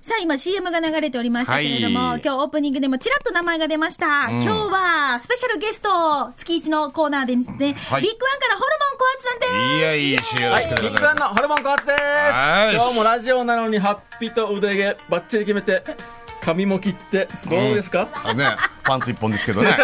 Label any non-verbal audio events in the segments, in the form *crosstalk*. さあ、今 CM が流れておりましたけれども、はい今日オープニングでもちらっと名前が出ました。今日は、スペシャルゲスト、月一のコーナーでですね、はいビッグワンからホルモン小発さんです。いやいいしよろはい、しくお願ビいッしグますバンのホルモンコーツですはい今日もラジオなのにハッピーと腕毛バッチリ決めて髪も切ってどうですか、あね、パンツ一本ですけどね。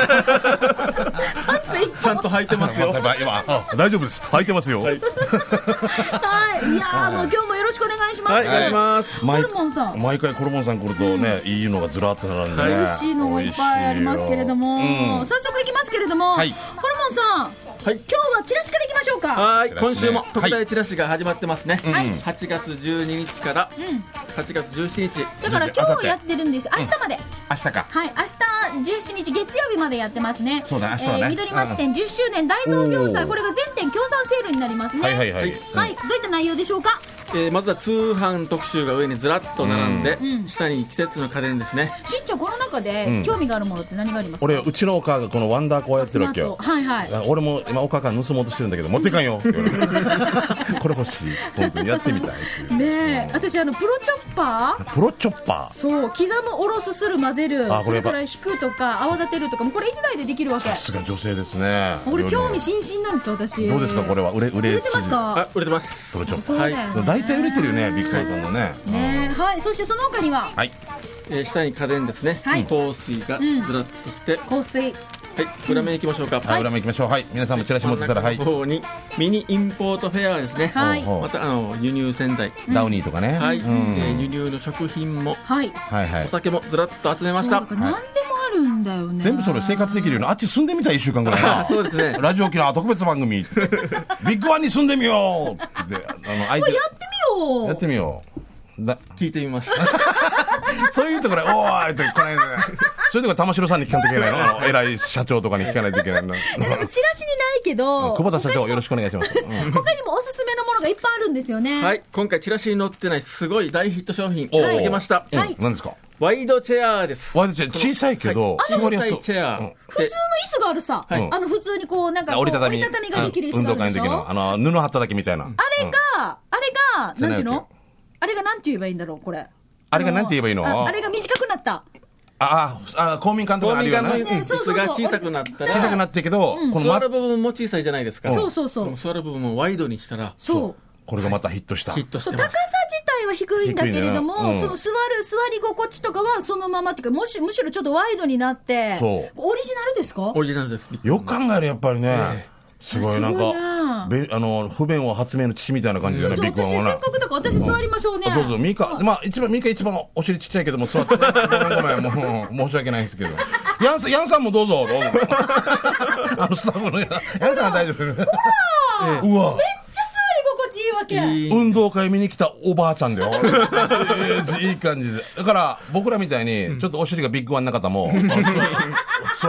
ちゃんと履いてます *laughs* よ今、今あ大丈夫です。履いてますよ。はい *laughs* はい。いやー、もう今日もよろしくお願いします。はいお願いしますホ毎ルモンさん。毎回コルモンさん来るとね、いいのがずらっと並んでね。美味しいのがいっぱいありますけれども、美味しいようん早速いきますけれども、はいホルモンさん、はい今日はチラシからいきましょうか。はいチラシね今週も特大チラシが始まってますね、はい8月12日からうん、 8月17日だからあさ今っ日てやってるんです、明日まで、明日か。はい、明日17日月曜日までやってますね、そうだ明日だねえー緑町店10周年大創業お祭、ーこれが全店協賛セールになりますね。はいはいはい。はいはいどういった内容でしょうか、えーまずは通販特集が上にずらっと並んで、うん下に季節の家電ですねしんちゃん、この中うでん興味があるものって何がありますか俺、うちのお母がこのワンダーコアやってるわけよ。はいはい、あ俺も今お母さん盗もうとしてるんだけど持っていか *laughs* んよって言われるこれ欲しい本当にやってみたいっていうねえ、私あの、プロチョッパープロチョッパそう刻む、おろす、する、混ぜる、あそこれれやっぱから引くとか、泡立てるとか、もうこれ1台でできるわーけさ、すが女性ですね俺、興味ど津々なんですよ、私、うですかこれは売れ売売れれてますかあ売れてますプロチョッそパうーだよね、大体売れてるよねビッグワンさんのねねえはい、そしてその他には、はいえー下に家電ですね、はい香水がずらっときて、は香水い裏面行きましょうか、はい裏面行きましょうはい皆さんもチラシ持ってたらはい真ん中の方にミニインポートフェアですね、はいほうほうまたあの輸入洗剤、ダウニーとかねはい、うえんー輸入の食品もはいはいはおい酒もずらっと集めましなたんか何でもあるんだよね、全部それ生活できるようにあっち住んでみたい1週間ぐらいな *laughs* そうですねラジオ機能特別番組ビ *laughs* ッグワンに住んでみようって言ってあの相手がやってみようやってみようだ聞いて *laughs* みますそういうところ、おーいってこないでね。そういうとこ、玉城さんに聞かないといけない *laughs* の。あの偉い社長とかに聞かないといけない *laughs* の。いやでもチラシにないけど久保田社長、よろしくお願いします。うん他にもおすすめのものがいっぱいあるんですよねはい今回チラシに載ってないすごい大ヒット商品おーあげました、うんはい何ですかワイドチェアですワイドチェア小さいけどはい座りや小すさいいチェア、うん普通の椅子があるさ、はいあの普通にこうなんかこう折りたたみ。ができる椅うん子運がある動でし会の時ょの、あの、布貼っただけみたいな。あれが、あれがなんていうじゃないのわけあれがなんて言えばいいんだろうこれあれがなんて言えばいいのああれが短くなったああ、あ公民館とかにあるような。公小民ね館のそう椅そうそう子が小さくなったらさくなってるけど、この座まる、部分も小さいじゃないですかそうそうそう座る部分をワイドにしたらそうこれがまたヒットしたヒ。ットしそうて高まさす自体は低いんだけれども、低いねうんその座る座り心地とかはそのままっていうかもしむしろちょっとワイドになってそうオリジナルですかオリジナルですよく考える、やっぱりね。すごい、なんすごいなか、べあの、不便を発明の父みたいな感じだね、ビッグ私ワンせはっな。かくだから私座りましょうね、あそうそう、ミカ、まあ、一番、ミカ一番お尻ちっちゃいけども、座って、ね、ごめんごめん、もう、申し訳ないですけど。ヤンさん、ヤンさんもどうぞ、ど *laughs* うぞ。あの、スタッフのヤンヤンさんは大丈夫です。うめっちわ、ゃ座り心地いいわけいい運動会見に来たおばあちゃんだよ。いいいい感じで。だから、僕らみたいに、ちょっとお尻がビッグワンな方 *laughs* も、座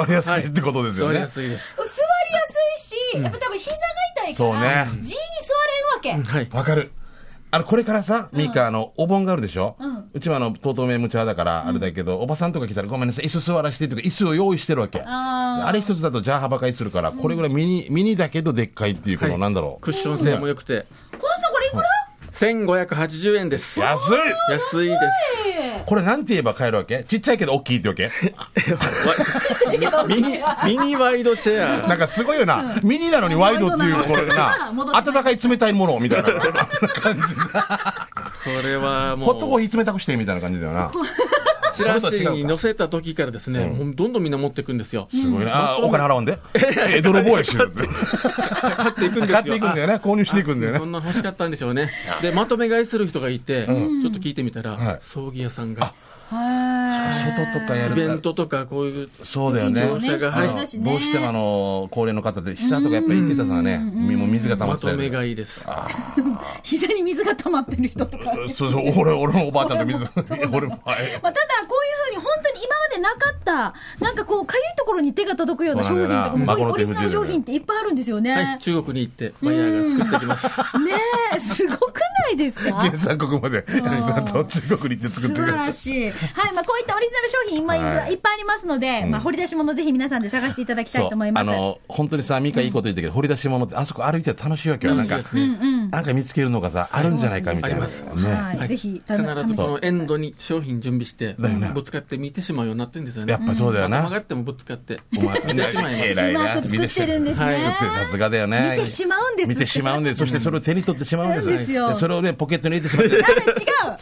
座りやすいってことです座よりねや。すいです座りやすいし、やっぱ多分膝が痛いかそうら、ね地に座れんわけ、はいわかる。あの、これからさ、ミカ、あの、お盆があるでしょうんうちは、あの、とうとうめむちゃだから、あれだけど、おばさんとか来たら、ごめんなさい、椅子座らしてとか、椅子を用意してるわけ。あーあれ一つだとじゃあ幅買いするから、これぐらいミニ、ミニだけどでっかいっていう、こはのいなんだろう。クッション性も良くてこのさこれいくら、 1580円です安安いいですえこれなんて言えば買えるわけちっちゃいけど大きいってわけわミニミニワイドチェなんかすごいよな。ミニなのにワイドっていう、これな戻っ。て温かい冷たいものみたいなあんな感じ。アこれはもうホットコーヒー冷たくしてみたいな感じだよな。チラシに載せた時からですね、もうどんどんみんな持っていくんですよ。すごいな。あお金払うんで。え、泥棒やし。買買っていくんですよ。っていくんだよね。購入していくんだよこね。んなの欲しかったんでしょうね。で、まとめ買いする人がいて、ちょっと聞いてみたはいら、葬儀屋さんが、ー、外とかやイるベからントとかこういう、そうだよね。移動ね車があはいのどう必要だししてもあねの、高齢の方で、膝とかやっぱり行ってたさね、もう水が溜ままってたとよねめ買いです。膝に *laughs* 水が溜まってる人とかね、そうそう、俺、俺のおばあちゃんとそ水うだ、俺も、はいまあ、ただこういうふうにホルモ本当に今までなかった、なんかこう、かゆいところに手が届くような商品とかそうなんだよも、なこういうマオコのリ手ジ不自由だナよねル商品っていっぱいあるんですよね。はい、中国に行って、バイヤーが作ってきます。ねえ、すごくない *laughs* ですか原産国まで、柳さんと中国に行って作素って晴くれらた。しい。はい、まあこういったオリジナル商品、今、はいいっぱいありますので、まあ掘り出し物ぜひ皆さんで探していただきたいと思いまあす。の、本当にさ、ミカいいこと言ったけど、掘り出し物って、あそこ歩いてたら楽しいわけよ。なんか楽しいですね、なんか見つけるのがさ、あるんじゃないかみたいな。ねあります。はい、はいぜひ、必ずこ試のエンドに商品準備してだよね、ぶつかって見てしまうようになってんですよね。やっぱそうだよな頭がってもぶつかって、お前見てしまいます。偉うまく作ってるんですね。はい作ってるさすがだよね。見てしまうんです見てしまうんです。そしてそれを手に取ってしまうんです。そうですよそれをね、ポケットに入れてしまって、ダメ、違う。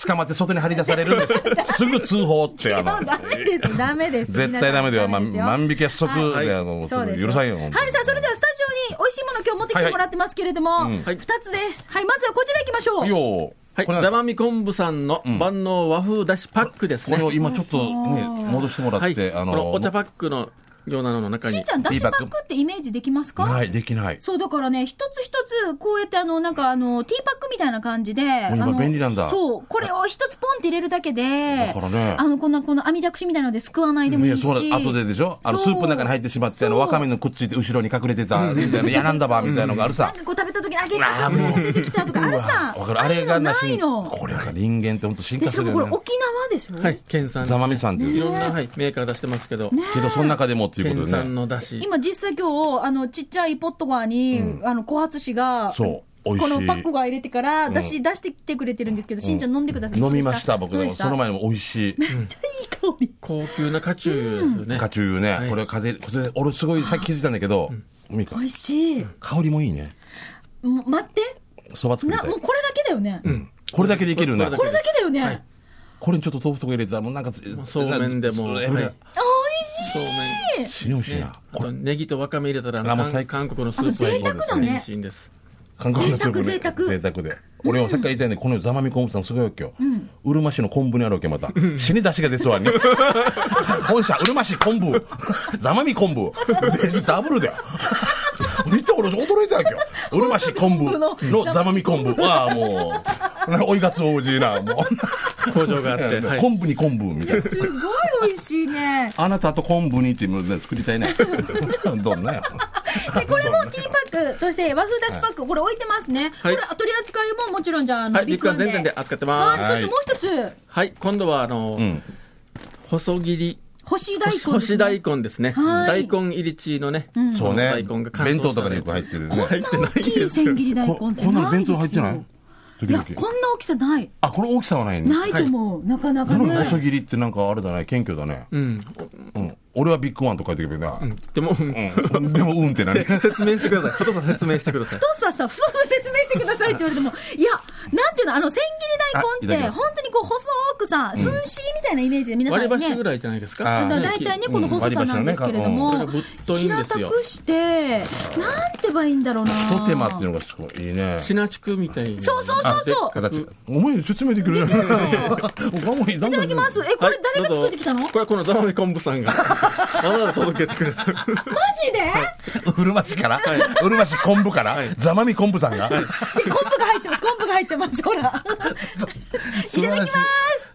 捕まって外に張り出されるん *laughs* です。すぐ通報って、あのダ、メです、ダメです。絶対ダメだよ。まあ、皆さん万引きは即はいで、あの、そうですよ許さんよ。は本い当にさあそれではスタジオに美味しいもの今日持ってきてもらってますけれども、二はいつです。はい、まずはこちら行きましょう。よはい、これなんザマミ昆布さんの万能和風だしパックですこね。れを今ちょっとね、戻してもらはっい、て、あこのお茶パックのようなのの中しんにち。ゃん、だしパックってイメージできますかない、できない。そうだからね、一つ一つ、こうやってあの、なんかあの、ティーパックみたいな感じで、あ今の便利なんだそう、これを一つポンって入れるだけで、だからねあの、こんな、この網じゃくしみたいなのですくわないでもいねいし。そうだ後ででしょあの、スそうープの中に入ってしまって、あの、そうわかめのくっついて後ろに隠れてた、みたいな、やなんだば、みたいなのがあなるんさ。かこう食べた時に、あ、結あー構もう出てきたとか、あるさう。わかる。あれがなしああいに、うのないの。これが人間って本当進で、化しすかもるこよれね。沖縄でしょはい、ケンさん。ざまみさんっていいう。ろんな、はい、メーカー出してますけど、けど、その中でもっていケうこンとさでんね。のだし。今実際今日、あの、ちっちゃいポット側に、あの、小発紙が、そう美味しこいのパックが入れてから、出し、出してきてくれてるんですけど、しんちゃん飲んでください。飲みました、僕どうででも。したその前にも美味しい。めっちゃいい香り。高級なカチュウですよね。カチュウねは。いこれ風邪、これ俺すごいさっき気づいたんだけど、ミカ美、味しい。香りもいいね。もう待って。そば作りな、たいもう。これだけだよね。これだけでいけるねこ。れこれだけだよね。はいこれにちょっと豆腐とか入れたら、もうなんかつ、そうめんでもなはいあ、そうめん。塩美味しいねな。あことれ、ネギとわかめ入れたら、あもう韓最高韓国のスープあ贅沢だね美味しいんです。韓国のスープね贅沢贅贅沢で。俺はさっきから言いたいんで、このざまみ昆布さんすごいわけよ。うるま市の昆布にあるわけよまた。死に出しが出そうに。本社、うるま市昆布。 *laughs* ざまみ昆布。で、ダブルだよ。見て俺驚いたわけよ。うるま市昆布のざまみ昆布。ああ、もう。なんか追いがつおじいな。も工場があっう。 *laughs* て。はい昆布に昆布みたいな。すごい美味しい *laughs* ね。あなたと昆布にっていうので作りた *laughs* いね。どんなよ。で、これもティーパックとして和風だしパック、これ置いてますね。はいこれ取り扱いももちろんじゃあ、あはの、い、ビッグワン全店で扱ってはまい、す。そしてもう一つ、はい、今度は、あのう、ん。細切り。干し大根ですね。干し大根ですね。はい大根入りチーのね。そうね大根が。乾燥弁当としたかにやよつく入ってる入ね。ってな大いきでいす千よ。切り大根っこてないですよ。こんなの弁当入ってないい時や、々こんな大きさない。あ、この大きさはないね。ないと思う。なかなかなのにね。細切りってなんかあれだね、謙虚だね。うん。うん。俺はビッグワンと書いてるけどな。でも、うんうんでも、うんって *laughs* なね。説明してください。ことさん説明してください。太ささ、太さ説明してくださいって言われても、いや、なんていうの、あの、千切り大あい根ただって、きます本当にこう、細くさ、寸子みたいなイメージで皆さん割ね。り箸ぐらいじゃないですあか。あーのね大体ね、うんこの細さ割り箸なんのねですけれども、これがぶっといん平ですよたくして、なんてばいいんだろうな。一手間っていうのがすごいいいね。シナチクみたいな。そうそうそうそうでっかく形が。お前説明できるね。 *laughs* お前いいただき *laughs* ます。。え、これ誰が作ってきたの、はいどうぞこれはこのザマミ昆布さ *laughs* んが、わざわざ届けてくれた。マジで、うるま市から、うるま市昆布から、ざまみ昆布さんが。で、昆布が入ってます。昆布が入ってます。ほら。いただ素晴らしいきます。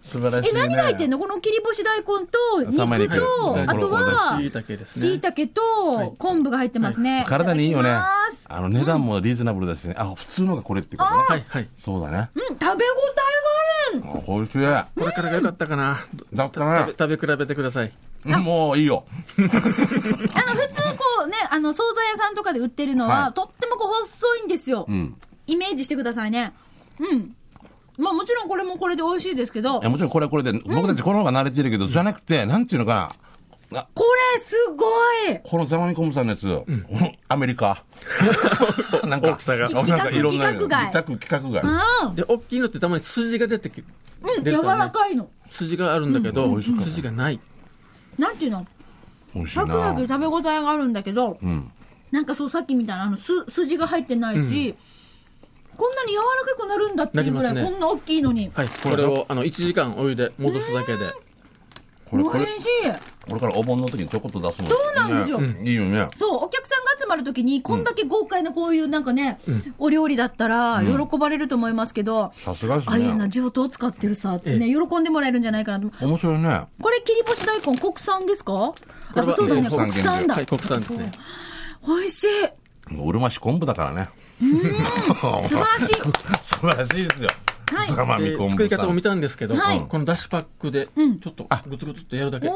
素晴らしえ、いね。何が入ってんのこの切り干し大根と、三枚肉肉と、はいあとは、椎茸ですね。椎茸と昆布が入ってますね。体にいいよたね。だきあますの、値段もリーズナブルだしね。あ、普通のがこれってことね。はいはい。そうだね。うん、食べ応えがある。あ美味しい。だこれからが良かったかな。ったね。食べ食べ比べてください。もういいよ。あの、普通こうね、あの、惣菜屋さんとかで売ってるのは、はいとってもこう、細いんですよ、んイメージしてくださいね。うん。まあ、もちろんこれもこれで美味しいですけどいや、もちろんこれはこれで、僕たちこの方が慣れてるけど、じゃなくて、なんていうのかな。あこれ、すごいこのザマミコムさんのやつ、アメリ *laughs* カ。なんか、大きさがなんかいろんな、規格外規格、規格外。あで、大きいのってたまに筋が出てきうん、出て柔たねらかいの。筋があるんだけど、うん美味しかった筋がない。なんていうの美味しいサクサなク。食べ応えがあるんだけど、んなんかそう、さっきみたいな、あの、す、筋が入ってないし、こんなに柔らかくなるんだっていうぐらい、なりますこねんな大きいのに。はい。これを、あの、1時間お湯で戻すだけで。これ、こ美れ、味しい。これからお盆の時にちょこっと出すのそうなんですよねいいよねそう、お客さんが集まるときに、こんだけ豪快なこういうなんかね、お料理だったら、喜ばれると思いますけど、さすがですああいうなね地元を使ってるさってね、喜んでもらえるんじゃないかなと。面白いねこれ、切り干し大根、国産ですかれはあそうだね、国産国産だ。はい、国産ですね。美味しい。もううるま市昆布だからね素晴らしい。素晴らしいですよはいつかまみで昆作布りさ方を見んたんですけど、はいこのだしパックで、ちょっとぐつぐつっとやるだけ。お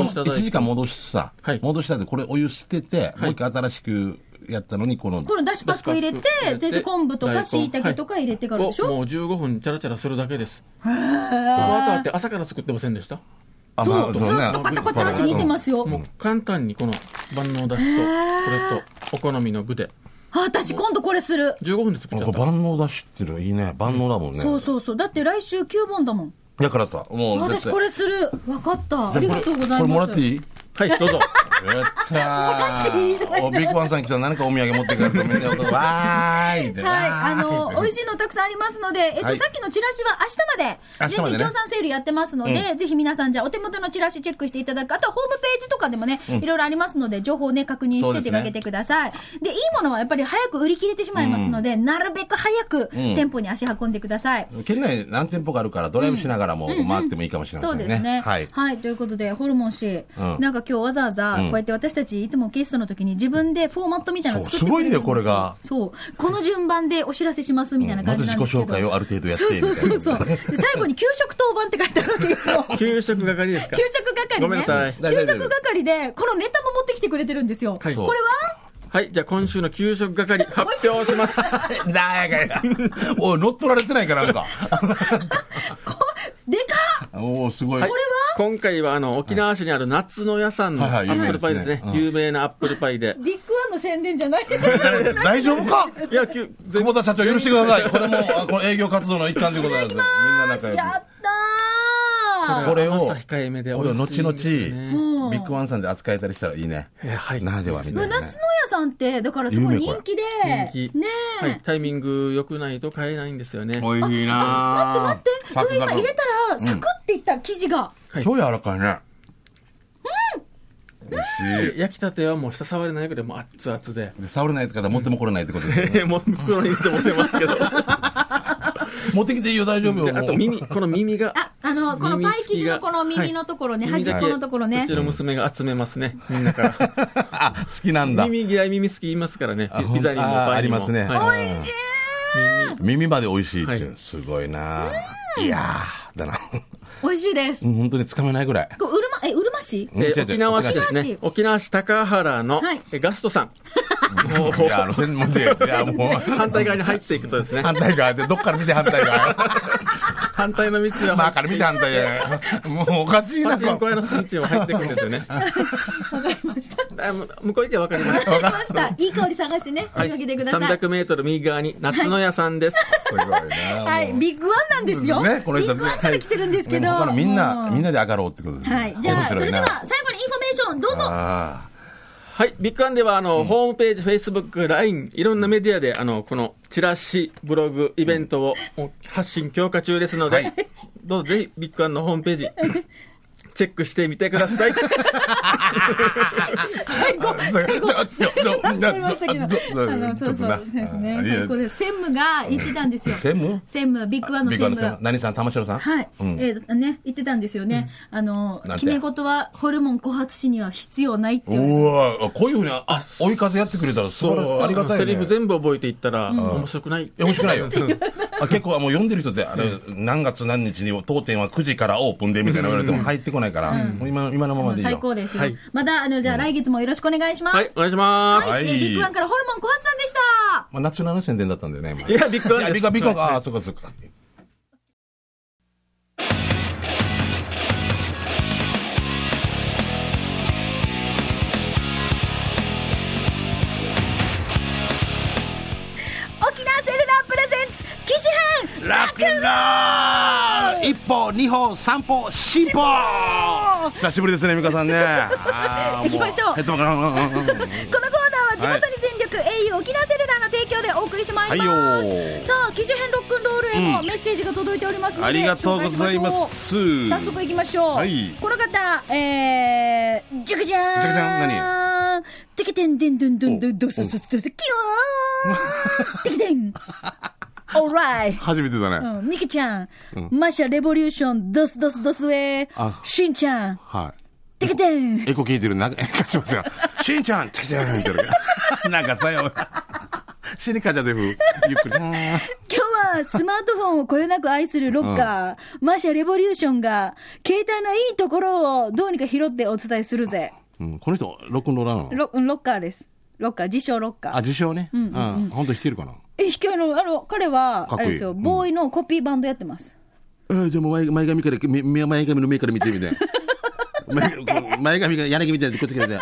戻ーし。ただいて1時間戻しさはい戻したでこれお湯捨てていもう一回新しくやったのにこのこのだしパック入れて、全然昆布とか椎茸とか入れてからでしはいょもう15分チャラチャラするだけです。へバーターって朝から作ってませんでしたあそまあう、ずそっうねとパタパタ足見てますよ。もう簡単にこの万能だしと、これと、お好みの具で、あ私今度これする。 15分で作っちゃこっれた。万能だしっていうのいいね万能だもんねそうそうそう。だって来週9本だもん。だからさもう私これする。わかった。ありがとうございます。これもらっていいはい、どうぞ。やったーおビッグワンさん来たら何かお土産持ってくれるとみんな男わーいってはい、あの、美味ししいのたくさんありますので、えっはと、いさっきのチラシは明明日日ままで、全でね協賛セールやってますので、ぜひ皆さん、じゃあ、お手元のチラシチェックしていただく、あとはホームページとかでもね、いろいろありますので、情報ね、確認そしうて出ですねかけてください。で、いいものはやっぱり早く売り切れてしまいますので、なるべく早くん店舗に足運んでください。県内何店舗かあるからドライブしながらも回ってもいいかもしれまそうせんですねね。ははいい、ということで、ホルモン氏、うんなんか今日わざわざ、うんこうやって私たち、いつもゲストの時に自分でフォーマットみたいなの作ってそうすごいんだよくれるですこそう。この順番でお知らせしますみたいなま感ずじな自ん己ですけど。紹介をある程度やってそうみそうたいそなうそう。で最後に給食当番って書いてあるん *laughs* ですよ。給食係ですか給食係ね。ごめんなさい給食係で、このネタも持ってきてくれてるんですよ。はいこれははい、じゃあ今週の給食係発表します。なんやかんやおい乗っ取られてないかなんかこでかっおおすごいはい今回はあの沖縄市にある夏の屋さんのアはいはいップルパイですね、有名ですねうん有名なアップルパイで、ビッグワンの宣伝じゃない *laughs* 大丈夫かいや、きゅ全久保田社長許してくださいこれもあこの営業活動の一環でございますみんな仲良 *laughs* やくったーこれを甘さ控えめでこれを美味しい後々んビですよねッグワンさんで扱えたりしたらいいねえーはいならではみこたれいなね夏の屋さんって、だからすごい人気で、ね人気、え、はい、タイミング良くないと買えないんですよね。おいしいなー待って、これ今入れたら、サクっていった生地が、はい超柔らかいね。美味しい。焼きたてはもう下触れないぐらいもう熱々で。で触れないやつから持っても来れないってことですよね。えーもう袋に入れて持ってますけど。持ってきていいよ、大丈夫 *laughs* でよ。あと *laughs* 耳、この耳が。あ、あの、このパイ生地のこの耳のところね、耳端っだこけのところねうち。の娘が集めますね、みんなから。あ、好きなんだ。 *laughs* 耳嫌い、耳好き言いますからねあ。ピザにもほんあパあイにりも。ますね。はいうん耳耳まで美味しいっていはう。すごいな。いやー、だな。美味しいです。うん本当につかめないぐらい。これうるま、え、うるま市うん違うえ違ーう沖縄市です沖縄ね市。沖縄市高原のはいえーガストさん。もういや、あの、専門で、い *laughs* や、もう、反対側に入っていくとですね、反対側で、どっから見て反対 *laughs* 側。反対の道をま入あっから見て反対側。もうおかしいて、な、パチンこコ屋のスイッチを入っていくんですよね。わかりま *laughs* した。わあもう向こう行けばわかります。かりました。いい香り探してね、追いかけてください。 300メートル右側に夏の屋さんです。すごいな。はい、ビッグワンなんですよ。ねこの人ビッグワンから来てるんですけでど。も他のみんな、もうみんなで上がろうってことですね。はい、じゃあ、面そ白れでいなは、最後にインフォメーション、どうぞ。あはい、ビッグワンではあの、ホームページ、フェイスブック、LINE、いろんなメディアであのこのチラシ、ブログ、イベントをもう発信強化中ですので、はいどうぞぜひビッグワンのホームページ、チェックしてみてください。あ。最後。わかりましたけど、あの、そうそう、ですね。最高です。専務が言ってたんですよ。専務専務、ビッグワンのビッ専務グワンの専が務。何さん、玉城さんはい、うんえーね、言ってたんですよね、あのなんて決め事はホルモン枯発死には必要ないっていううわこういうふうに、あ、追い風やってくれたら、そそうう、ありがたいセリねフ。全部覚えていったら、面白くない。え面白くな *laughs* いよ。あ結構、あもう読んでる人って、あれ、何月何日に、当店は9時からオープンで、みたいな言われても入ってこないから、もう今の、今のままでいいよ。最高ですよ、はいまたあのじゃあ来月もよろしくお願いします、はい、お願いします。はいえーはいビッグワンからホルモン枯発さんでしたまあ、ナチュラルな宣伝だったんだよね、今いやビッグワンですいやビッグワン、ビッグワンああ、そうかそうか。沖縄セルラープレゼンツ機種編ラックンロール一歩二歩三歩進歩 *laughs* 久しぶりですね美香さんね行きましょうえっと、うんうんうんうんこのコーナーは地元に全力、局 au 沖縄セルラーの提供でお送りしてまいります、はいよさあ機種編ロックンロールへもメッセージが届いておりますので、ありがとうございます紹介しましょう早速いきましょう、はいこの方えーじゃくじゃーんじゃくじゃん何てけてんでんどんどんどんどんどんどんどんどんキューンてけて *laughs* んオーライ初めてだね。うん、ニキちゃん、マシャレボリューション、ドスドスドスウェイあ、シンちゃん、はテケテ *laughs* ン、い。エコ聞いてる、なんか、エ *laughs* コしますよ。しんちゃん、つけちゃうみたい *laughs* な。なんかさよ。シリカじゃでふ、ゆっ *laughs* くり。今日はスマートフォンをこよなく愛するロッカー、マシャレボリューションが、携帯のいいところをどうにか拾ってお伝えするぜ。うん、この人、ロックンローラーなの。ロロッカーです。ロッカー、自称ロッカー。あ、自称ね。うん。本当弾けるかな。え、ひきの、あの、彼は、かっあこいいれですよ、うんボーイのコピーバンドやってます。えー、でも前前髪から、みみ前髪の目から見 *laughs* てみたいな。前前髪が柳みたいなこっちからね。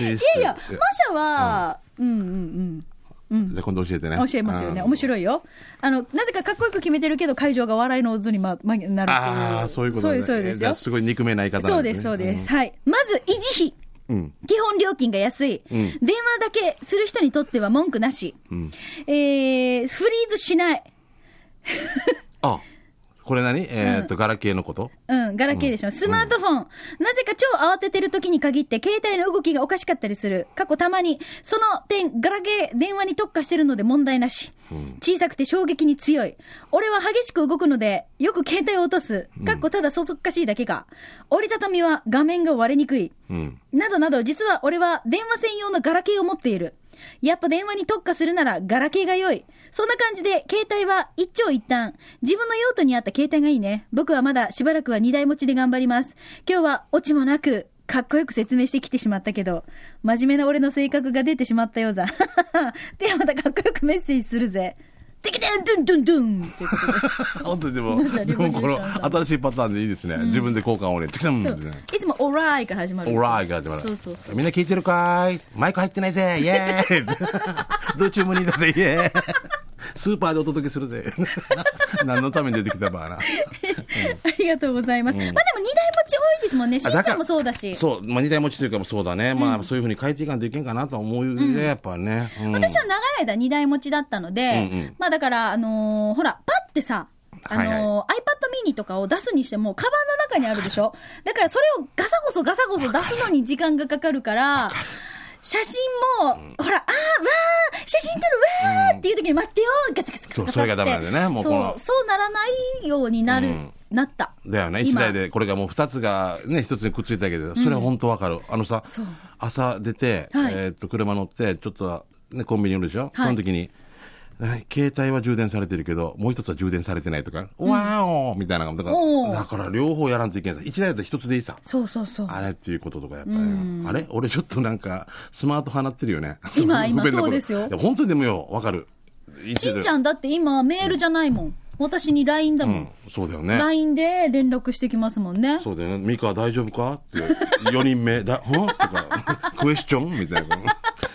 いやいいや、マシャは、うんうんうん。じゃあ今度教えてね。教えますよね。うん面白いよ。あの、なぜかかっこよく決めてるけど、会場が笑いの渦にま、ま、なるっていう。ああ、そういうことそうねいう、そういうですじゃよあ。すごい憎めない方そな。うんです、そうですす。はい。まず、維持費。うん。基本料金が安い、ん電話だけする人にとっては文句なし。えー、フリーズしない。あ、これ何えーっと、ガラケーのことうん、ガラケーでしょ。スマートフォン。なぜか超慌ててる時に限って、携帯の動きがおかしかったりする。過去たまに、その点、ガラケー、電話に特化してるので問題なし。小さくて衝撃に強い。俺は激しく動くので、よく携帯を落とす。かっこただそそっかしいだけか。折りたたみは画面が割れにくい。うん。などなど、実は俺は電話専用のガラケーを持っている。やっぱ電話に特化するならガラケーが良い。そんな感じで、携帯は一長一短。自分の用途に合った携帯がいいね。僕はまだしばらくは二台持ちで頑張ります。今日はオチもなく、かっこよく説明してきてしまったけど、真面目な俺の性格が出てしまったようざ。 *laughs* ではまたかっこよくメッセージするぜ。てきてん、ドゥンドゥンドゥンということで *laughs* 本当にでも、もしあでればもこのリボリューションさん新しいパターンでいいですね。自分で交換をね、つけたもん *laughs* そでうね。いつもオーライから始まる。オーライが始まる。そうそうそう。みんな聞いてるかーいマイク入ってない *laughs* ぜイエーイどっちも無理だぜイエーイスーパーでお届けする *laughs* ぜ何のために出てきたばな。ありがとうございます。まあでも二台持ち多いですもんね。しんあちだかゃらんもそうだし。そう、まあ、二台持ちというかもそうだね。まあ、そういうふうに変えていかんといけんかなとは思うよね、やっぱね。うん私は長い間二台持ちだったので、うんうんまあだから、あのーほら、パってさ、あのーはい iPad mini とかを出すにしても、カバンの中にあるでし *laughs* ょだからそれをガサゴソガサゴソ出すのに時間がかかるから、写真も、ほら、あー、わー、写真撮る、わーっていう時に待ってよ、ガサガサガサガサって。そうそれがダメなんだよねもうこのそう、そうならないようになる、うんなった。だよね。今一台で、これがもう二つがね、一つにくっついたけど、それは本当わかる。あのさそう、朝出て、はいえーっと、車乗って、ちょっと、ね、コンビニ寄るでしょ、はいその時に、え携帯は充電されてるけど、もう一つは充電されてないとか、わーおーみたいなのがだかおーら、だから両方やらんといけないさ。一台だと一つでいいさ。そうそうそう。あれっていうこととかやっぱね。あれ俺ちょっとなんか、スマート派なってるよね。今不便なこと今そうですよいや、本当にでもよ、わかる。しんちゃん、んだって今メールじゃないもん。私に LINE だうもんん。、そうだよね。 LINE で連絡してきますもんね。そうだよね。ミカ大丈夫かって、4人目、だ、 *laughs* はとか、クエスチョンみたいな。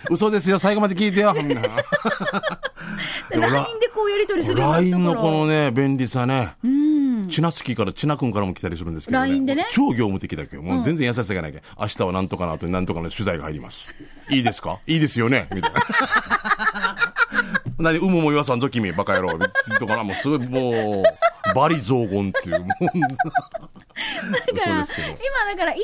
嘘ですよ、最後まで聞いてよ、みんな。で LINE でこうやり取りするようにな LINE ったのからこのね、便利さね。ちなすきから、ちなくんからも来たりするんですけど、ね。 LINE でね超業務的だけど、もう全然優しさがないけど、明日はなんとかの後になんとかの取材が入り *laughs* ます。いいですかいいですよねみたいな。 *laughs* 何、うむも言わさんときみ、バカ野郎。とかな、もうすごい、もう、バリ雑言っていう、もう。 *laughs* だから、嘘ですけど今だから1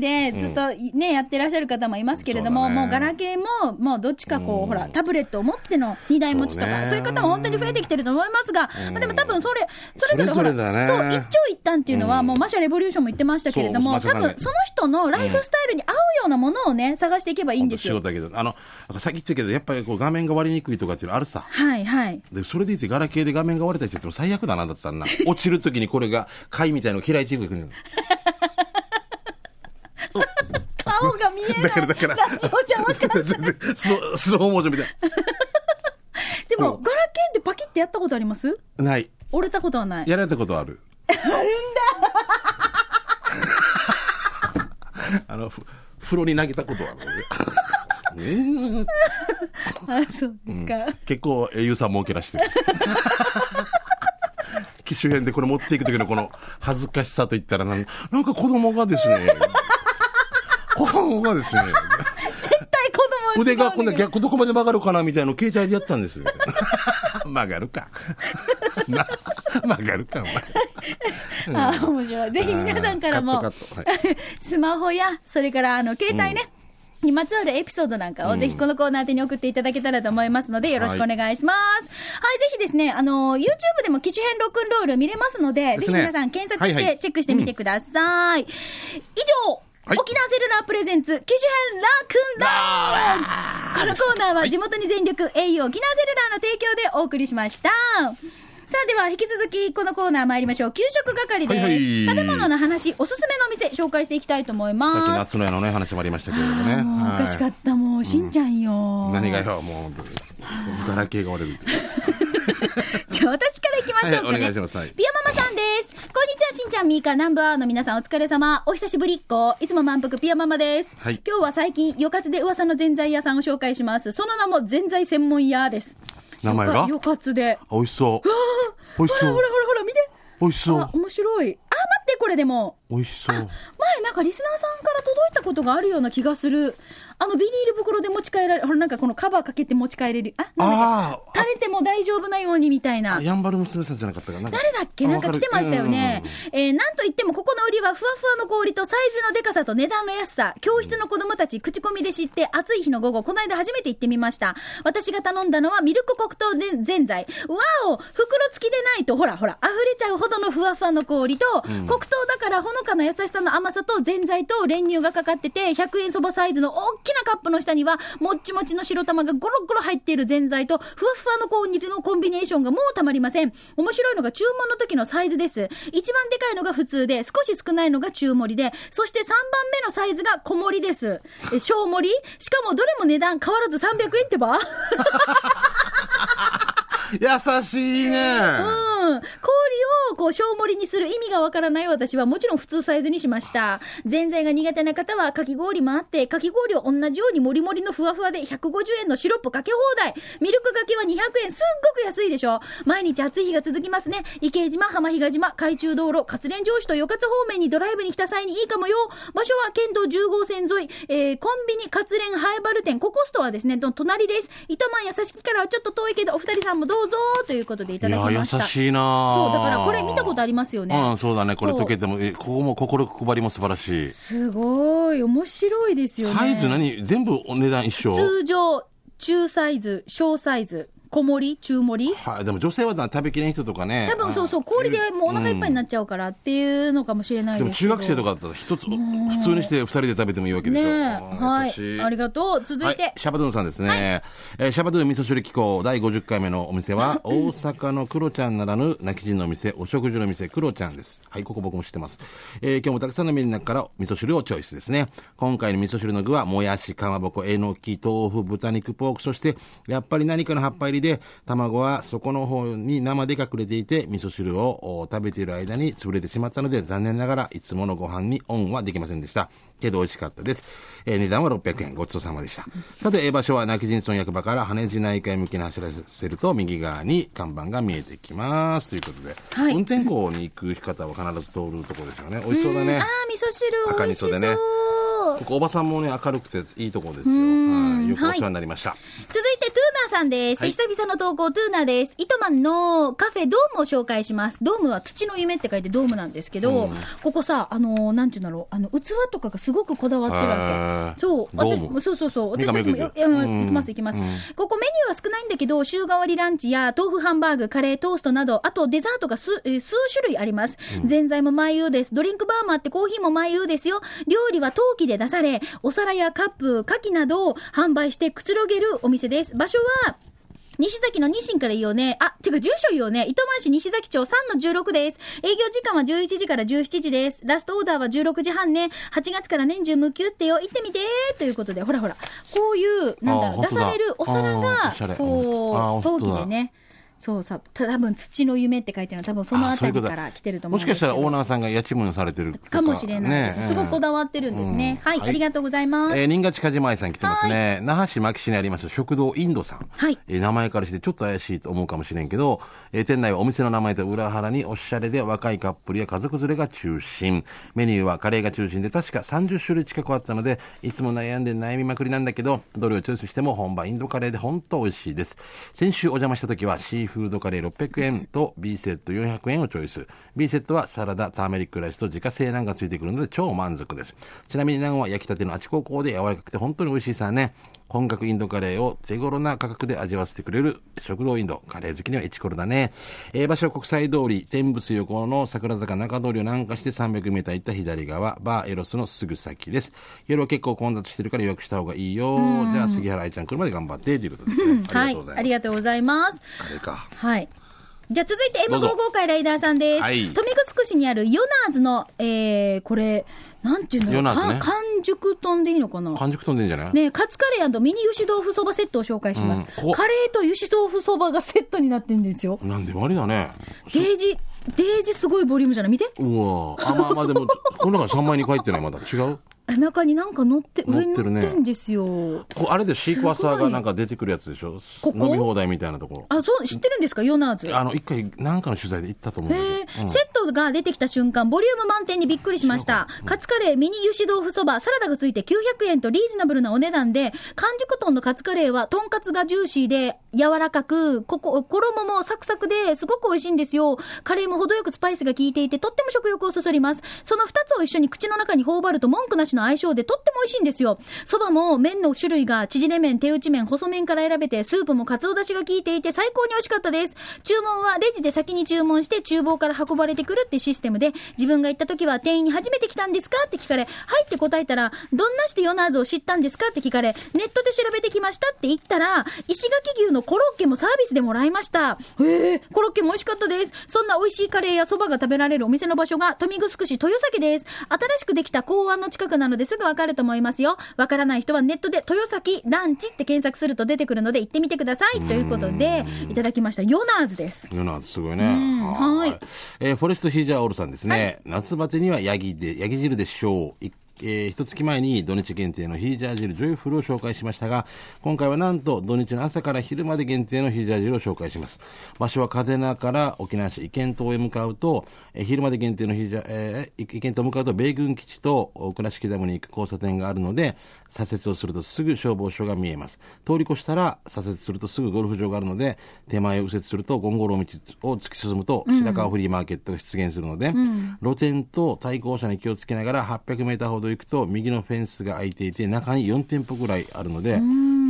台でずっとね、やってらっしゃる方もいますけれども、そうだもうねガラケーも、もうどっちかこう、ほら、タブレットを持っての2台持ちとそうか、ねそういう方も本当に増えてきてると思いますが、まあでも多分それ、それぞれほら、それぞれだねそう、一長一短っていうのは、もうマシャレボリューションも言ってましたけれども、そう多マシャさん分ねその人のライフスタイルに合うようなものをね、探していけばいいんです仕よ。事だけど、あの、さっき言ったけど、やっぱりこう画面が割りにくいとかっていうのあるさ。はいはい。で、それでいてガラケーで画面が割れたりしてても最悪だな、だ *laughs* ったらな。落ちるときにこれが貝みたいの開いていくのよ。顔が見えない。だからだからラジオじゃわかんない。 *laughs* スロースローモーションみたいでも、ガラケーってパキってやったことありますな。ない。折れたことはない。やられたことある。あるんだ *laughs* あの、ふ風呂に投げたことはある。 *laughs* ねえあそうです *laughs* か。結構英雄さん儲けらしてる。 *laughs* 機種編でこれ持っていく時のこの恥ずかしさといったらなん、なん *laughs* か子供がですね、子供がですね、絶対子供腕がこんな逆どこまで曲がるかなみたいなのを携帯でやったんですよ。 *laughs* 曲が *laughs* るか。な曲がるか、お前。あー面白い。ぜひ皆さんからもカットカットは *laughs* スマホや、それからあの携帯ね、にまつわるエピソードなんかを、ぜひこのコーナー宛てに送っていただけたらと思いますので、よろしくお願いします。はい、ぜひですね、あの、YouTube でも機種編ロックンロール見れますので、ぜですひね皆さん検索しはいはていチェックしてみてください。以上、はい沖縄セルラープレゼンツ、機種編ラックンロールこのコーナーは地元に全力、au 沖縄セルラーの提供でお送りしました。さあでは引き続きこのコーナー参りましょう。給食係です。はいはい食べ物の話、おすすめのお店紹介していきたいと思いさっきます。夏の屋のね、話もありましたけれどもね。もうおはいかしかった、もう、しんちゃんよ。何がよ、もう本当に、ガラケーが折れるって。 *laughs* じゃあ、私から行きましょうかね。はいお願いしますはいピアママさんです。こんにちは、しんちゃん、みーか、南部アワーの皆さん、お疲れ様。お久しぶりっ子。いつも満腹、ピアママです。はい今日は最近、よかつで噂のぜんざい屋さんを紹介します。その名も、ぜんざい専門屋です。名前がよかつで。美味しそう。美味しほらそほらう。ほらほら、見て。美味しそあう、。面白い。あ、待って、これでも。美味しそう。前なんかリスナーさんから届いたことがあるような気がする。あのビニール袋で持ち帰られ、ほらなんかこのカバーかけて持ち帰れる。あ、なんだっあけ垂れても大丈夫なようにみたいなあ、。やんばる娘さんじゃなかったかな。誰だっけあなんか来てましたよね。。えーなんといってもここの売りはふわふわの氷とサイズのデカさと値段の安さ。教室の子供たち口コミで知って暑い日の午後、この間初めて行ってみました。私が頼んだのはミルク黒糖でぜんざい。わお袋付きでないと、ほらほら、溢れちゃうほどのふわふわの氷と、黒糖だからほのかな優しさの甘さとぜんざいと練乳がかかってて、100円そばサイズの大きなカップの下には、もっちもちの白玉がゴロゴロ入っているぜんざいと、ふわふわの氷のコンビネーションがもうたまりません。面白いのが注文の時のサイズです。一番でかいのが普通で、少し少ないのが中盛りで、そして3番目のサイズが小盛りです。え、小盛りしかもどれも値段変わらず300円ってば優しいね。うん、氷をこう小盛りにする意味がわからない私はもちろん普通サイズにしました。ぜんざいが苦手な方はかき氷もあって、かき氷を同じようにもりもりのふわふわで150円のシロップかけ放題。ミルクかけは200円。すっごく安いでしょ。毎日暑い日が続きますね。池江島、浜比嘉島、海中道路、勝連城市と与勝方面にドライブに来た際にいいかもよ。場所は県道10号線沿い、えーコンビニ、勝連、ハイバル店、ココストはですね、の隣です。糸満やさしきからはちょっと遠いけど、お二人さんもどうぞということでいいただや、き優ました。しいな。そう、だからこれ見たことありますようねん、。そうだね。これそう溶けても、えここも心配りも素晴らしい。すごい、面白いですよね。サイズ何全部お値段一緒通常、中サイズ、小サイズ、小盛り、中盛り。はい、でも女性はな食べきれん人とかね。多分そうそう、氷でもうお腹いっぱいになっちゃうからっていうのかもしれなあいでですもけ中ど学生とかだったら一つ、普通にして二人で食べてもいいわけねでしょ。え、うんは優しい。ありがとう。続いて、はい、シャバドゥンさんですね、えーシャバドゥン味噌汁機構第50回目のお店は大阪のクロちゃんならぬ泣き人のお店お食事の店クロちゃんですはいここ僕も知ってます、えー今日もたくさんのメニューの中から味噌汁をチョイスですね今回の味噌汁の具はもやしかまぼこえのき豆腐豚肉ポークそしてやっぱり何かの葉っぱ入りで卵は底の方に生で隠れていて味噌汁をお食べている間に潰れてしまったので残念ながらいつものご飯にオンはできませんでしたけど美味しかったです。えー値段は600円。ごちそうさまでした。さて、えー場所は泣き人村役場から羽地内海向きに走らせると右側に看板が見えてきます。ということで、はい運転校に行く方は必ず通るところでしょうね。美味しそうだあねあ。ー、味噌汁赤美味味しそ噌う。でねここおばさんもね、明るくていいところですよ。はいよくお世話になりました。続いて、トゥーナーさんです。はい久々の投稿、トゥーナーです。糸満のカフェドームを紹介します。ドームは土の夢って書いてドームなんですけど、ここさ、あのー、なんていうんだろう、あの、器とかがすごくこだわってるへわーけ。そう、ドー私ムも、そうそうそう、目私たがちも、巡よるいやうんうん行きます行きますうん。ここメニューは少ないんだけど、週替わりランチや、豆腐ハンバーグ、カレー、トーストなど、あとデザートが数、えー数種類あります。ぜんざいも毎夕です。ドリンクバーもあって、コーヒーも毎夕ですよ。料理は陶器で出され、お皿やカップ、牡蠣などを販売してくつろげるお店です。場所は、西崎のニシンからいいよね。あ、てか住所いいよね。糸満市西崎町3の16です。営業時間は11時から17時です。ラストオーダーは16時半ね。8月から年中無休ってよ。行ってみてということで、ほらほら。こういう、なんだろあう、本出当さだれるお皿あーおしゃが、れこうんあう、ー陶本当だ器でね。そうさ、た多分土の夢って書いてあるのは、多分そのああそたういうりことから来てると思もうんしですけど。かしたらオーナーさんが家賃分されてるとかもしれないです。ねすごくこだわってるんですね。はい、はいありがとうございます。えー、新勝梶前さん来てますね。那覇市牧市にあります食堂インドさん。はいえー名前からしてちょっと怪しいと思うかもしれんけど、えー店内はお店の名前と裏腹におしゃれで若いカップルや家族連れが中心。メニューはカレーが中心で確か30種類近くあったので、いつも悩んで悩みまくりなんだけど、どれをチョイスしても本場インドカレーで本当美味しいです。先週お邪魔した時はシーフードカレー600円と B セット400円をチョイス。B セットはサラダ、ターメリックライスと自家製ナンがついてくるので超満足です。ちなみにナンは焼きたてのあちここで柔らかくて本当に美味しいさね。本格インドカレーを手頃な価格で味わわせてくれる食堂インド。カレー好きには一コロだね。えー場所は国際通り、天仏横の桜坂中通りを南下して 300m 行った左側、バーエロスのすぐ先です。夜は結構混雑してるから予約した方がいいよ。じゃあ杉原愛ちゃん車で頑張ってということですね。あはりがというございます。、ありがとうございます。カレーか。はい。じゃあ続いてどうぞ M55 回ライダーさんです。はい富城市にあるヨナーズの、えー、これ、なんていうんだろう、ヨナーズねか完熟豚でいいのかな完熟飛んでんじゃない、ねえカツカレーミニ油脂豆腐そばセットを紹介します。うんこカレーと油脂豆腐そばがセットになってるんですよ。なんでもありだね。デージ、デージすごいボリュームじゃない見て。うわあまあまあでも、この中に3枚に書いてないまだ。違う中になんか乗って、乗っ上てにる乗ねってんですよ。こうあれでシークワーサーがなんか出てくるやつでしょごいここ飲み放題みたいなところ。あ、そう、知ってるんですかヨナーズ。あの、一回、なんかの取材で行ったと思うんへだけえど。うんセットが出てきた瞬間、ボリューム満点にびっくりしました。カツカレー、ミニ油脂豆腐そば、サラダがついて900円とリーズナブルなお値段で、完熟豚のカツカレーは、とんかつがジューシーで、柔らかく、ここ、衣もサクサクで、すごく美味しいんですよ。カレーも程よくスパイスが効いていて、とっても食欲をそそります。その2つを一緒に口の中に頬張ると文句なしの相性で、とっても美味しいんですよ。そばも麺の種類が、縮れ麺、手打ち麺、細麺から選べて、スープもかつおだしが効いていて、最高に美味しかったです。注文はレジで先に注文して、厨房から運ばれてくるってシステムで、自分が行った時は店員に初めて来たんですかって聞かれ、はいって答えたら、どんなしてヨナーズを知ったんですかって聞かれ、ネットで調べてきましたって言ったら、石垣牛のコロッケもサービスでもらいました。へえ、コロッケも美味しかったです。そんな美味しいカレーやそばが食べられるお店の場所が、豊見城市豊崎です。新しくできた港湾の近くなのですぐわかると思いますよ。わからない人はネットで豊崎団地って検索すると出てくるので行ってみてください。ということで、いただきました。ヨナーズです。いうのはすごいね。んはいえーフォレストヒージャーオールさんですね。夏バテにはヤギで、ヤギ汁でしょう。いえー、一月前に土日限定のヒージャー汁ジョイフルを紹介しましたが、今回はなんと土日の朝から昼まで限定のヒージャー汁を紹介します。場所は嘉手納から沖縄市意見島へ向かうと、えー昼まで限定のヒージャー、えー、意見島へ向かうと米軍基地とお倉敷ダムに行く交差点があるので、左折をするとすぐ消防署が見えます。通り越したら左折するとすぐゴルフ場があるので、手前を右折するとゴンゴロ道を突き進むと白川フリーマーケットが出現するので、路線と対向車に気をつけながら800メーターほど行くと右のフェンスが開いていて、中に4店舗ぐらいあるので、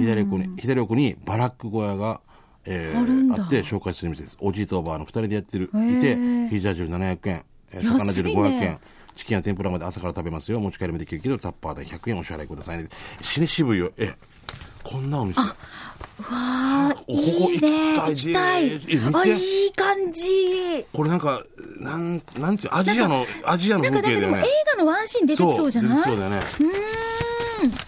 左奥に、左奥にバラック小屋がえーあるんだあって紹介する店です。おじいとおばあの2人でやってる、いて、ヒへーージャー汁700円、えー安いね魚汁500円、チキンや天ぷらまで朝から食べますよ。持ち帰りもできるけど、タッパーで100円お支払いくださいね。死ね渋いよ。え、こんなお店。あー、おここいいね。行行ききたたいいでーえ見。てあ、いい感じ。これなんか、なん、なんていう、アジアの、アジアのなんか風だけ景だでよも映ね。画のワンシーン出てきそうじゃないそう出てきそうだよね。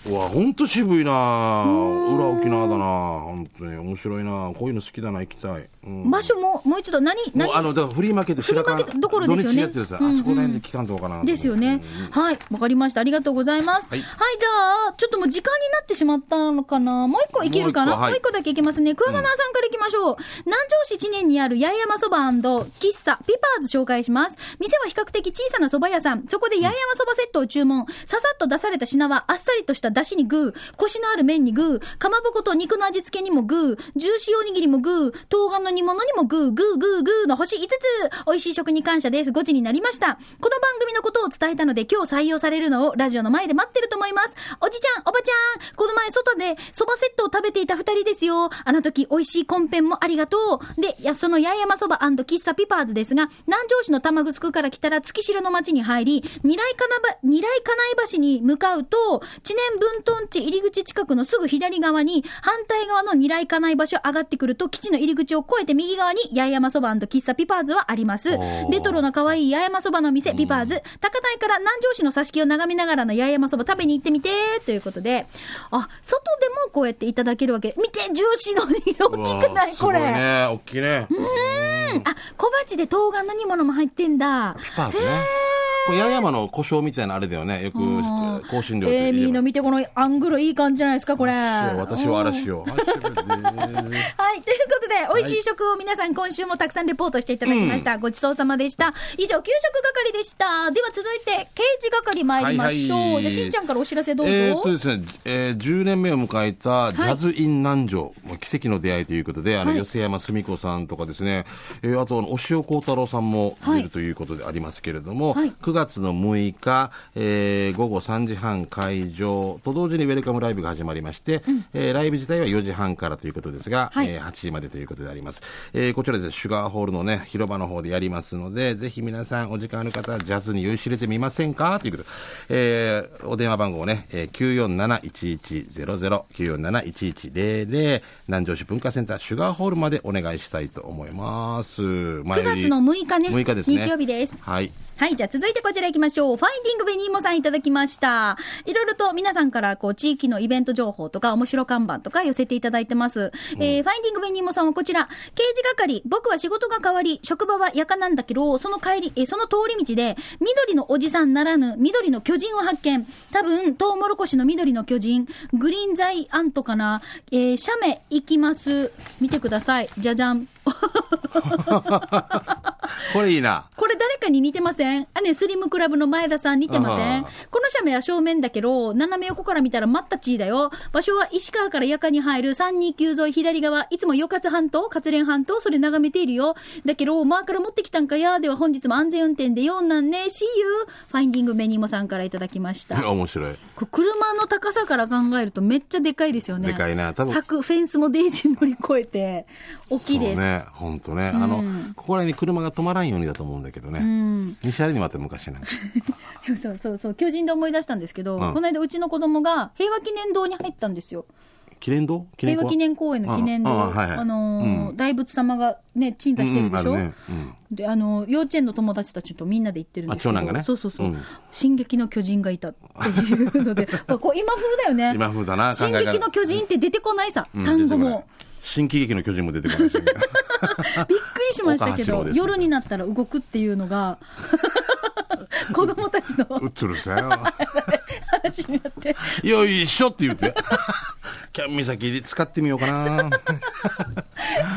うわ、ほんと渋いなぁ裏沖縄だなぁほんとに面白いなぁこういうの好きだな、行きたい。うん場所も、もう一度、何、もう何あの、だからフリーマーケット、フリーマーケットどころですよね土日やってるさ、あそこら辺で期間とかな。ですよね。はい。わかりました。ありがとうございます。ははいい。じゃあ、ちょっともう時間になってしまったのかな。もう一個いけるかな。ももう一個はいう一個だけいけますね。クワガナーさんからいきましょう。南城市知念にある八重山そば喫茶、ピパーズ紹介します。店は比較的小さな蕎麦屋さん。そこで八重山そばセットを注文。ささっと出された品は、あっさりとした出汁にグー、コシのある麺にグー、かまぼこと肉の味付けにもグー、ジューシーおにぎりもグー、冬瓜の煮物にもグー、グーグーグーの星5つ。美味しい食に感謝です。5時になりました。この番組のことを伝えたので、今日採用されるのをラジオの前で待ってると思います。おじちゃん、おばちゃん、この前外で蕎麦セットを食べていた二人ですよ。あの時美味しいコンペンもありがとう。で、いやその八重山蕎麦喫茶ピパーズですが、南城市の玉城から来たら月城の町に入り、二来金ば二来金井橋に向かうと、知念分屯地入り口近くのすぐ左側に、反対側の二来金井橋を上がってくると、基地の入り口を越えて右側に八重山蕎麦喫茶ピパーズはあります。おーレトロな可愛い八重山そばの店、ピパーズ。高博多駅から南城市の挿し木を眺めながらの八重山そば食べに行ってみてということで、あ、外でもこうやっていただけるわけ。見て、ジューシーのう色わ大きくないすこごいれ。ね。大きいね。あ、小鉢で冬瓜の煮物も入ってんだ。ピパーズね。これ、八重山の胡椒みたいなあれだよね。よく、香辛料といえばエミーの見てこのアングルいい感じじゃないですか、これ。私は嵐を。はい。ということで、美味しい食を皆さん今週もたくさんレポートしていただきました。ごちそうさまでした。以上、給食係でした。では続いて、刑事係参りましょう。はいはいじゃあ、しんちゃんからお知らせどうぞ。えーっとですね、えー10年目を迎えたジャズ・イン南城、もう奇跡の出会いということで、あの、はい寄せ山澄子さんとかですね、えーあと、あの押尾幸太郎さんも出るということでありますけれども、はい9月の6日、えー午後3時半会場と同時にウェルカムライブが始まりまして、えーライブ自体は4時半からということですが、はいえー8時までということであります。えーこちらですね、シュガーホールのね、広場の方でやりますので、ぜひ皆さんお時間ある方はジャズに酔いしれてみませんかということで、えーお電話番号ね、えー、947-1100、947-1100、南城市文化センターシュガーホールまでお願いしたいと思います。9 9月の6日ね。 6日ですね。日曜日です。はい。はい、じゃあ続いてこちら行きましょう。ファインディングベニーモさんいただきました。いろいろと皆さんからこう地域のイベント情報とか面白看板とか寄せていただいてます。えー、ファインディングベニーモさんはこちら、刑事係、僕は仕事が変わり、職場は夜間なんだけど、その帰り、えーその通り道で、緑のおじさんならぬ、緑の巨人を発見。多分、トウモロコシの緑の巨人、グリーンザイアントかな。えー、写メ行きます。見てください。じゃじゃん。これいいな。 *laughs* これ誰かに似てませんあね、スリムクラブの前田さん似てませあんはこの写メは正面だけど、斜め横から見たらマッタチーだよ。場所は石川から夜間に入る329沿い左側、いつも与勝半島、勝連半島、それ眺めているよ。だけど、マーから持ってきたんかや、では本日も安全運転で4なんね、See you! ファインディングメニーモさんからいただきました。面白い。これ車の高さから考えるとめっちゃでかいですよね。でかいな多分柵、フェンスもデイジー乗り越えて、大きいです。そうね、本当ね。あの、ここらに車が止まらんようにだと思うんだけどね。西原にもあって昔 *laughs* なんか。でもそうそうそう、巨人で思い出したんですけど、うんこの間、うちの子供が平和記念堂に入ったんですよ、記念堂記念平公和記念公園の記念堂、うんうんあうんはいはいのー大仏様がね、鎮座してるでしょ、うんうんあるねうんであのー幼稚園の友達たちとみんなで行ってるんですけど、あ長男がねそうそうそう、うん進撃の巨人がいたっていう *laughs* ので、こう今風だよね、今風だな考え進方撃の巨人って出てこないさ、うん単語。出てこないも。新喜劇の巨人も出てこ *laughs* ないし。びっくりしましたけ岡八郎ど、です夜になったら動くっていうのが、 *laughs* 子供たちのうっつるさよ。 *laughs* 話になって。よいしょって言って。 *laughs* キャン岬使ってみようかな。っ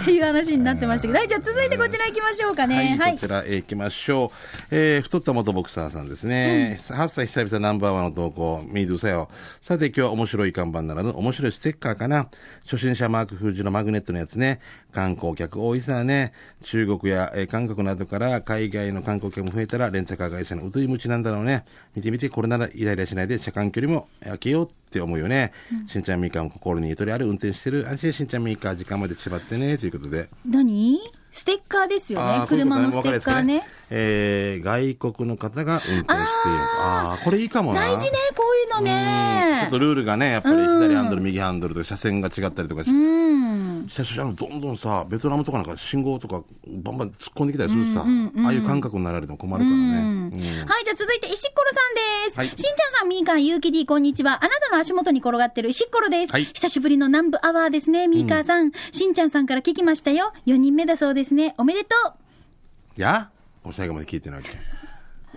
ていう話になってましたけど、はい、じゃあ続いてこちら行きましょうかね。は。はいい、こちらへ行きましょう。えー太った元ボクサーさんですね。8歳久々ナンバーワンの投稿、ミードゥさよ。さて今日は面白い看板ならぬ面白いステッカーかな。初心者マーク封じのマグネットのやつね。観光客多いさね。中国や、えー韓国などから海外の観光客も増えたらレンタカー会社のうといむちなんだろうね。見てみてこれならイライラしないで車間距離も空けようって思うよね。しんちゃんみーかん心にゆとりある運転してる。安心しんちゃんみーかん時間まで縛ってね。ということで。何ステッカーですよあねー。車のこスうテいうッことカーねわねか。りやすくえー外国の方が運転しています。ああー、これいいかもな。大事ね、こういうのうんちょねっと。ルールがね、やっぱり左ハンドル、右ハンドルとか車線が違ったりとかしうん。車種あのどんどんさ、ベトナムとかなんか信号とかバンバン突っ込んできたりするしさ、ああいう感覚になられても困るからね。うんはい、じゃあ続いて、石ころさんです。はいしんちゃんさん、みーかん、ゆうき D、こんにちは。あなたの足元に転がってる石ころです。はい久しぶりの南部アワーですね、みーかーさん,、しんちゃんさんから聞きましたよ。4人目だそうですね。おめでとう。いやもう最後まで聞いてないわけ。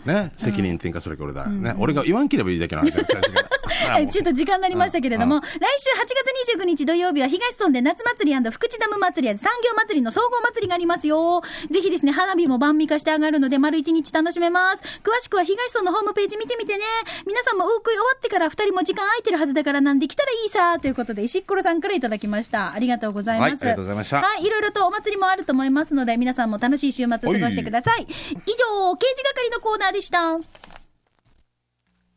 ね、責任転嫁それこれだ。ね、俺が言わんければいいだけの話だよ最初から *laughs* あーはもいうちょっと時間になりましたけれどうも、ん来週8月29日土曜日は東村で夏祭り福知ダム祭りや産業祭りの総合祭りがありますよ。ぜひですね、花火も万味化して上がるので、丸一日楽しめます。詳しくは東村のホームページ見てみてね。皆さんもウークイ終わってから二人も時間空いてるはずだからなんできたらいいさ。ということで、石ころさんからいただきました。ありがとうございます。はいありがとうございましたはい、いろいろとお祭りもあると思いますので、皆さんも楽しい週末を過ごしてください。以上、刑事係のコーナーでした。